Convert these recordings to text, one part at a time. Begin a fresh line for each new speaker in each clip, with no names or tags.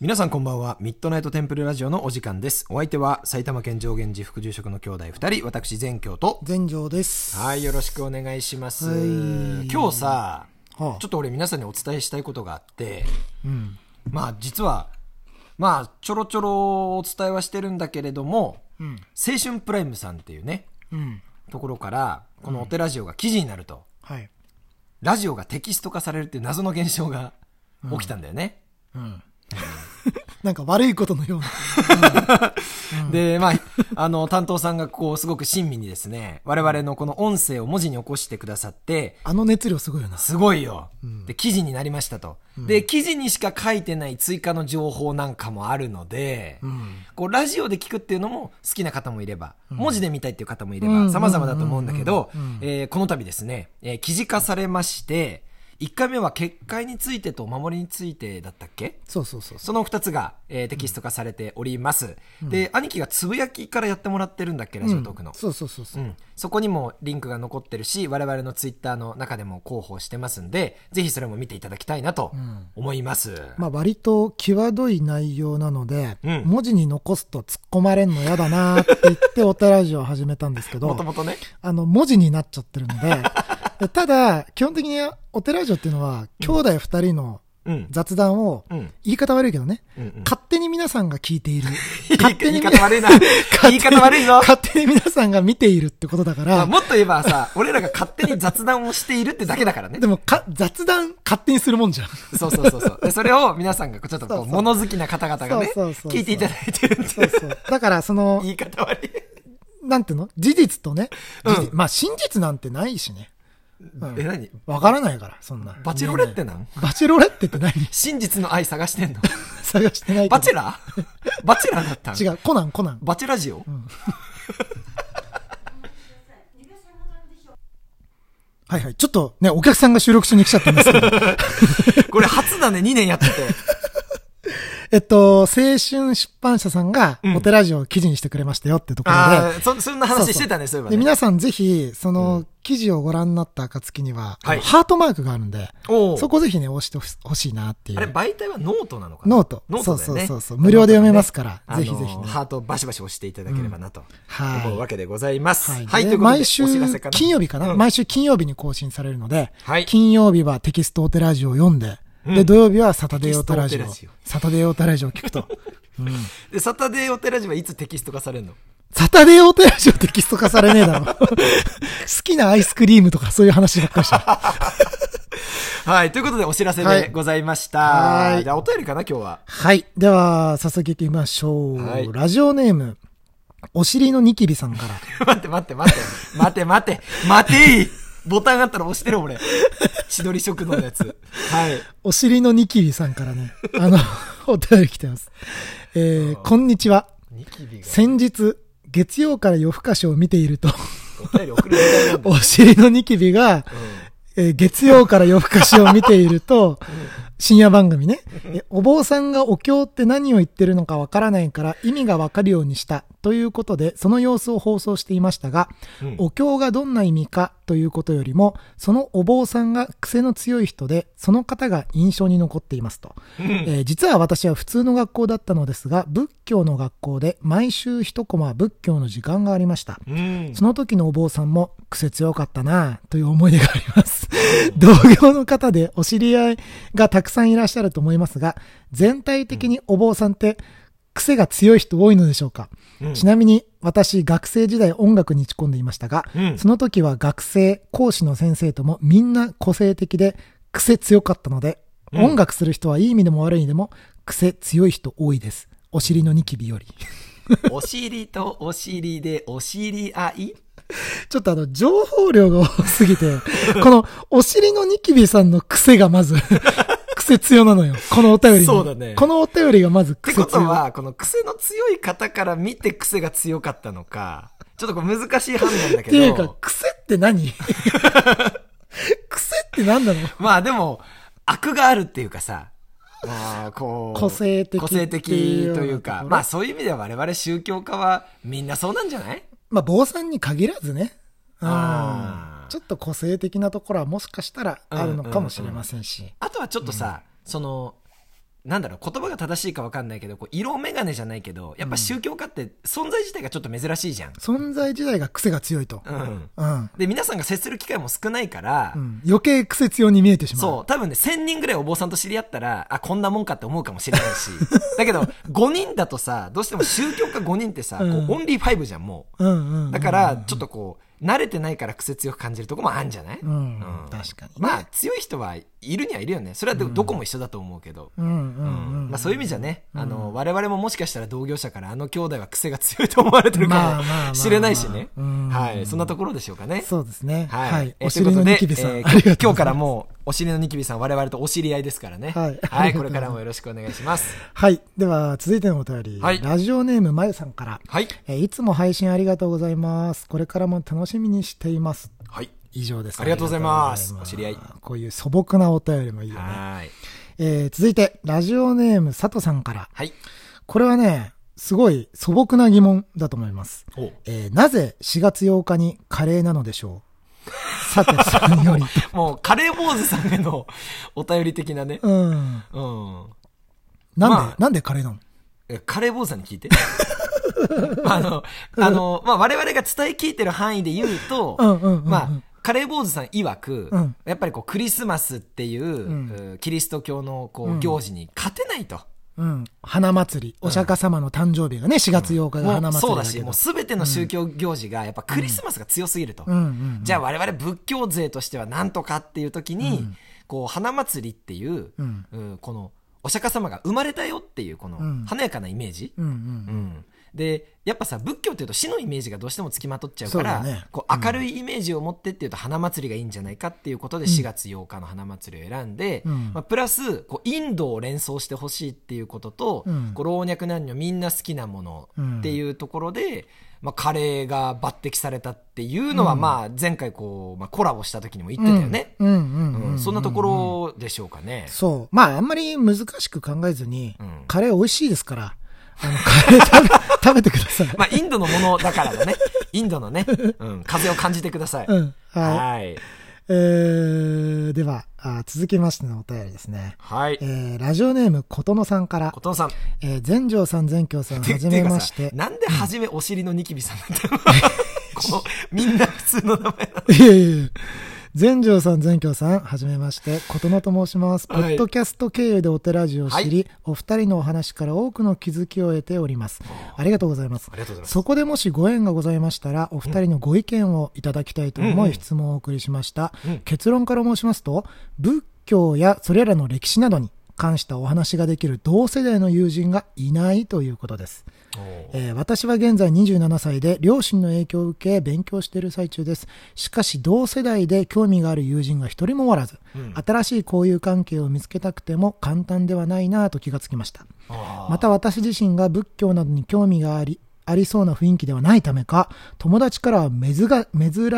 皆さんこんばんは。ミッドナイトテンプルラジオのお時間です。お相手は埼玉県上元寺副住職の兄弟二人、私善教と。
全城です。
はい、よろしくお願いします。
はい
今日さ、
はあ
ちょっと俺皆さんにお伝えしたいことがあって、
うん。
まあ実は、まあちょろちょろお伝えはしてるんだけれども、
うん。
青春プライムさんっていうね、
うん。
ところから、このお寺ラジオが記事になると、
はい。
ラジオがテキスト化されるっていう謎の現象が起きたんだよね。
うん。なんか悪いことのよ うな。
で、まあ、 あの、担当さんがこう、すごく親身にですね、我々のこの音声を文字に起こしてくださって、
あの熱量すごいよな。
すごいよ。で、記事になりましたと。で、記事にしか書いてない追加の情報なんかもあるので、こう、ラジオで聞くっていうのも好きな方もいれば、文字で見たいっていう方もいれ
う
ば、
ん
様々だと思うんだけど、えーこの度ですね、えー記事化されまして、1回目は結界についてとお守りについてだったっけ
そうそうそう。
その2つが、えーテキスト化されております。で、兄貴がつぶやきからやってもらってるんだっけ、ラジオトークの。
そうそうそうそうう。
ん、そこにもリンクが残ってるし我々のツイッターの中でも広報してますんでぜひそれも見ていただきたいなと思います、
まあ割と際どい内容なので、
うん
文字に残すと突っ込まれんの嫌だなって言ってお寺ラジオを始めた んですけ
もと
ど、
もとね
あの文字になっちゃってるの で、でただ基本的にお寺ラジオっていうのは兄弟二人の
うん
雑談を、
うん
言い方悪いけどね、
うんうん
勝手に皆さんが聞いている。
言い言い方悪いな
勝
言
手
い
に
方悪いぞ
勝手に皆さんが見ているってことだか
まあ
ら、
もっと言えばさ俺らが勝手に雑談をしているってだけだからね
でもか、雑談勝手にするもんじゃん。
そうそうそうそうでそれを皆さんがちょっとこ
そううそう
物好きな方々がね
そうそうそうそう
聞いていただいてるって
そうそう。だから、その
言、い方悪い
なんていうの事実とね、
うん
事実まあ真実なんてないしね。うん
え何
わからないから、そんな。
バチェロレッテなん
バチェロレッテって何
真実の愛探してんの
探してないけど
バチェラ バチェラだったん
違う、コナン、コナン。
バチェラジオ、
はいはい。ちょっとね、お客さんが収録しに来ちゃった んですけど。
これ初だね、2年やって て。
えっと、青春出版社さんが
うん、
お寺ラジオを記事にしてくれましたよってところで、
ああ、そ、そんな話してたね、そういえば
で、
ね。
皆さんぜひ、その、記事をご覧になった暁には、
はい
あのハートマークがあるんで、
おう
そこぜひね、押してほしほしいなってい
あれ、
う。
媒体はノートなのかな
ノート。
ノー
そ
ト
う
だよ
そ
ね。
うそうそう。無料で読めますから、
あのー。
ぜひぜひね。
ハートをバシバシ押していただければなと。
はい
思うわけでございます。はい。
で
ということで、
毎週
お知らせかな。
金曜日かな、
うん
毎週金曜日に更新されるので、
はい
金曜日はテキストお寺ラジオを読んで、
うん
で、土曜日はサタデーお寺ラジオ
テキストお寺ラジオ、
サタデーお寺ラジオを聞くと。
で、サタデーお寺寺はいつテキスト化されるの
サタデーお寺ラジオテキスト化されねえだろ。 好きなアイスクリームとかそういう話ばっかりした。
はい。ということで、お知らせ
は
で
い
ございました。
はい
じゃあ、お便りかな、今日 は。
はい。では、早速行きましょう。
はい
ラジオネーム、お尻のニキビさんから。
待って待って待って。待って待って。待ていボタンあったら押してる、俺。千鳥食堂のやつ。はい。
お尻のニキビさんからね、あの、 お便り来てます。えー、こんにちは。
ニキビが
先日、月曜から夜更かしを見ていると、
お便り送るみたいなんだ。
お尻のニキビが、えー月曜から夜更かしを見ていると、深夜番組ね、えお坊さんがお経って何を言ってるのかわからないから意味がわかるようにしたということで、その様子を放送していましたが、
うん
お経がどんな意味かということよりも、そのお坊さんが癖の強い人で、その方が印象に残っていますと。 えー実は私は普通の学校だったのですが、仏教の学校で毎週一コマ仏教の時間がありました。
うん。
その時のお坊さんも癖強かったなあという思い出があります。 同業の方でお知り合いがたくさんいらっしゃると思いますが、全体的にお坊さんって癖が強い人多いのでしょうか、
うん
ちなみに私学生時代音楽に打ち込んでいましたが、
うん
その時は学生、講師の先生ともみんな個性的で癖強かったので、
うん
音楽する人はいい意味でも悪い意味でも癖強い人多いです。お尻のニキビより。
お尻とお尻でお尻合い
ちょっとあの、情報量が多すぎて、 この、お尻のニキビさんの癖がまず、 癖強なのよ。このお便りの
そうだね
このお便りがまず
って
癖強
こ
い。
とは、この癖の強い方から見て癖が強かったのか、ちょっとこれ難しい判断だ
ってい
け
うか
ど、、
癖って何 癖って何なの
まあでも、悪があるっていうかさ、まあ、こう、
個性的
個性的という
っていうようなとこ
か、
ろ
まあそういう意味では我々宗教家はみんなそうなんじゃない
まあ、坊さんに限らずね。うん
あー
ちょっと個性的なところはもしかしたらあるのかもしれませんし。
あとはちょっとさ、その、なんだろう、言葉が正しいか分かんないけど、こう、色眼鏡じゃないけど、やっぱ宗教家って存在自体がちょっと珍しいじゃん。
存在自体が癖が強いと。
うん。
うん。
で、皆さんが接する機会も少ないから、
うん余計癖強に見えてしまう。
そう、多分ね、1000人ぐらいお坊さんと知り合ったら、あ、こんなもんかって思うかもしれないし。だけど、5人だとさ、どうしても宗教家5人ってさ、
うん
こうオンリー5じゃん、も
う。うんうん、う
う。
ん。
だから、ちょっとこう、慣れてないから癖強く感じるとこもあるんじゃない、
うん
うん
確かにね
まあ、強い人はいるにはいるよね。それはでもどこも一緒だと思うけど。
うんう
うん
うん。
んまあ、そういう意味じゃね、あの、我々ももしかしたら同業者からあの兄弟は癖が強いと思われてる
まあま
か
あまあまあ
もしれないしね。
うん
はい。そんなところでしょうかね。
そうですね。
はい。
はい。
えー
お尻のニキビさん。
という
あ
こと
り
でえー
がと
今日か
うございます
らもう、お尻のニキビさん、我々とお知り合いですからね。
はい
はい。これからもよろしくお願いします。
はい。では、続いてのお便り。
はい
ラジオネーム、まゆさんから。
はい。
えーいつも配信ありがとうございます。これからも楽しみにしています。
はい。
以上です。
ありがとうございます
あがとうござ
お
いま
知り
こういう素朴なお便りもいいよね。
はい。
えー続いて、ラジオネーム、佐藤さんから。
はい。
これはね、すごい素朴な疑問だと思います。
お
えーなぜ4月8日にカレーなのでしょうさて、さんより。
もう、カレー坊主さんへのお便り的なね。
うん。
うん。
なんで、
まあ
なんでカレーなの
えカレー坊主さんに聞いて。 まああの、あの、まあ、我々が伝え聞いてる範囲で言うと、
うんうんうんうん
まあ、カレー坊主さん曰く、
うん
やっぱりこう、クリスマスっていう、
ん
えーキリスト教のこう、行事に勝てないと。
うん。花祭り。お釈迦様の誕生日がね、4月8日が
も
花
う
祭りだけど。
そうだし、もうすべての宗教行事がやっぱクリスマスが強すぎると。
うんうん。
じゃあ我々仏教勢としては何とかっていう時に、こう花祭りっていう、
うん
うんこのお釈迦様が生まれたよっていうこの
ん
華やかなイメージ、
うんうん。
うん、でやっぱさ仏教っていうと死のイメージがどうしてもつきまとっちゃうから
そうだね
こう明るいイメージを持ってっていうと花祭りがいいんじゃないかっていうことで4月8日の花祭りを選んで、
うん
まあ、プラスこうインドを連想してほしいっていうことと、
うん
こう老若男女みんな好きなもの
うん
っていうところで、まあ、カレーが抜擢されたっていうのは、まあ、前回こう、まあ、コラボした時にも言ってたよね、
うんうん
う
うん
んそんなところでしょうかね。
そう。まあ、あんまり難しく考えずに、
うん
カレー美味しいですから、あの、カレー食べ 食べてください。
まあ、インドのものだから だね。インドのね、うん、風を感じてください。
うん。はい。
はい。
えー、では、あ続きましてのお便りですね。
はい
え。ー、ラジオネーム、ことのさんから
琴、野さん。
えー、全城さん、全 京さん、
て
はじめまして
いう
て
かさ。なんではじめお尻のニキビさんなんだろうこの、みんな普通の名前なの。
いえいえ。全城さん、全京さん、はじめまして、ことのと申します。ポ
はい
ッドキャスト経由でお寺寺を知り、
は
お二人のお話から多くの気づきを得ております。ありがとうございます。
ありがとうございます
そこでもしご縁がございましたら、お二人のご意見をいただきたいと思い質問をお送りしました。
うん
結論から申しますと、仏教やそれらの歴史などに関したお話ができる同世代の友人がいないということです。えー私は現在27歳で両親の影響を受け勉強している最中ですしかし同世代で興味がある友人が一人もおらず、新しい交友関係を見つけたくても簡単ではないなぁと気がつきました
あ
また私自身が仏教などに興味がありありそうな雰囲気ではないためか友達からは珍が珍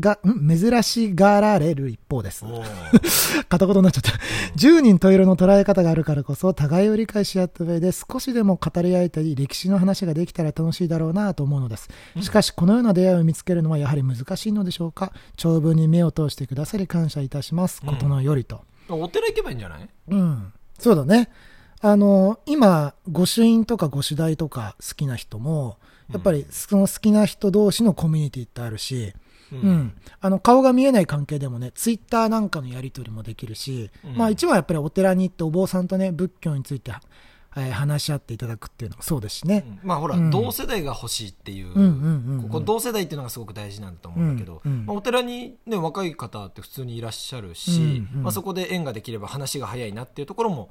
がん珍しがられる一方です
ーおー
片言になっちゃった。10人十色の捉え方があるからこそ、互いを理解し合った上で少しでも語り合えたり、歴史の話ができたら楽しいだろうなと思うのです。しかし、このような出会いを見つけるのはやはり難しいのでしょうか長文に目を通してくださり感謝いたします。ことのよりと。
お寺行けばいいんじゃない
うん。そうだね。あの、今、御朱印とか御朱台とか好きな人も、やっぱりその好きな人同士のコミュニティってあるし、
う
うん。あの、顔が見えない関係でもね、ツイッターなんかのやり取りもできるし、
うん
まあ一番やっぱりお寺に行ってお坊さんとね、仏教について、えー話し合っていただくっていうのもそうですしね。
まあほら、
うん
同世代が欲しいっていう,、
うんうんうんうん
ここ同世代っていうのがすごく大事なんだと思うんだけど、
うんうん
まあ、お寺に、ね、若い方って普通にいらっしゃるし、
うんうん
まあ、そこで縁ができれば話が早いなっていうところも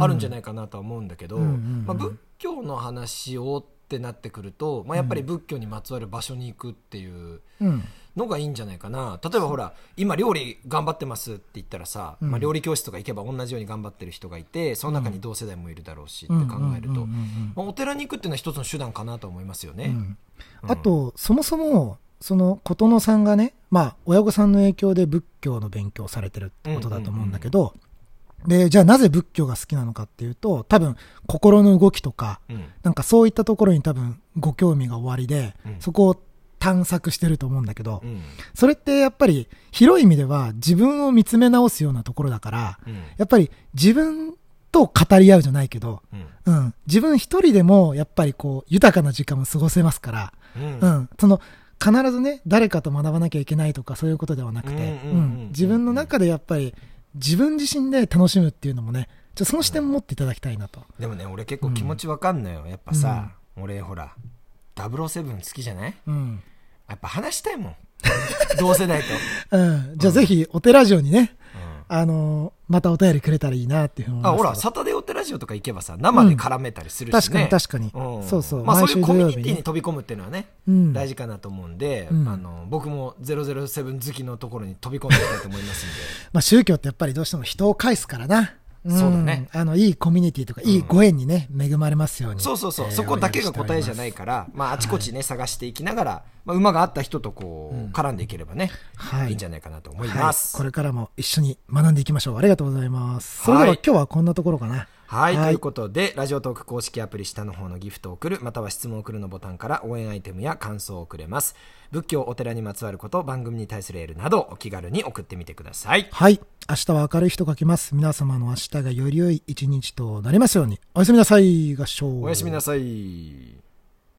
あるんじゃないかなとは思うんだけど、
うんうんうん
まあ、仏教の話をってなってくると、まあ、やっぱり仏教にまつわる場所に行くっていう
うん。
のがいいんじゃないかな例えばほら今料理頑張ってますって言ったらさ、
うん
まあ、料理教室とか行けば同じように頑張ってる人がいてその中に同世代もいるだろうしって考えると。
うんうんうんうん
まあ、お寺に行くっていうのは一つの手段かなと思いますよね。
うんあと、そもそも、その、琴乃さんがね、まあ、親御さんの影響で仏教の勉強をされてるってことだと思うんだけど、で、じゃあなぜ仏教が好きなのかっていうと、多分、心の動きとか、
うん
なんかそういったところに多分ご興味がおありで、
うん
そこを探索してると思うんだけど、
うん
それってやっぱり広い意味では自分を見つめ直すようなところだから、
うん
やっぱり自分と語り合うじゃないけど、
うん
うん、自分一人でもやっぱりこう豊かな時間を過ごせますから、
うん
うんその必ずね誰かと学ばなきゃいけないとかそういうことではなくて、
うんうんうんうん
うん自分の中でやっぱり自分自身で楽しむっていうのもねちょっとその視点を持っていただきたいなと、
でもね俺結構気持ちわかんのよやっぱさ、俺ほら007好きじゃない
うん
やっぱ話したいもん 同世代と、
うん、じゃあぜひお手ラジオにね、
うん
あのーまたお便りくれたらいいなっていうふうに思い
あ
ます
ほらサタデーオテラジオとか行けばさ生で絡めたりするし、ね
確かに確かに、
ん
そうそう、
まあ、そう
毎
い
週
うコ
土
ミュ
曜
ニ
日
ティに飛び込むっていうのはね、
うん
大事かなと思うんで、
うん
あの僕も007好きのところに飛び込んでいきたいと思いますんで
まあ、宗教ってやっぱりどうしても人を返すからな、ん
そうだね
あのいいコミュニティとかいいご縁にね、恵まれますように
そうそうそう、
えー
そこだけが答えじゃない
お
から、まあ、あちこちね、探していきながら、まあ、馬があった人とこう、絡んでいければね、
はい
い、いんじゃないかなと思い
願いしま
ますす
はい、こ。れからも一緒に学んでいきましょうありがとうございますそれでは
はい
今日はこんなところかな
はい、ということで、ラジオトーク公式アプリ下の方のギフトを送る、または質問を送るのボタンから応援アイテムや感想を送れます。仏教、お寺にまつわること、番組に対するエールなど、お気軽に送ってみてください。
はい明日は明るい日と書きます皆様の明日がより良い一日となりますようにおやすみなさい合唱
おやすみなさい。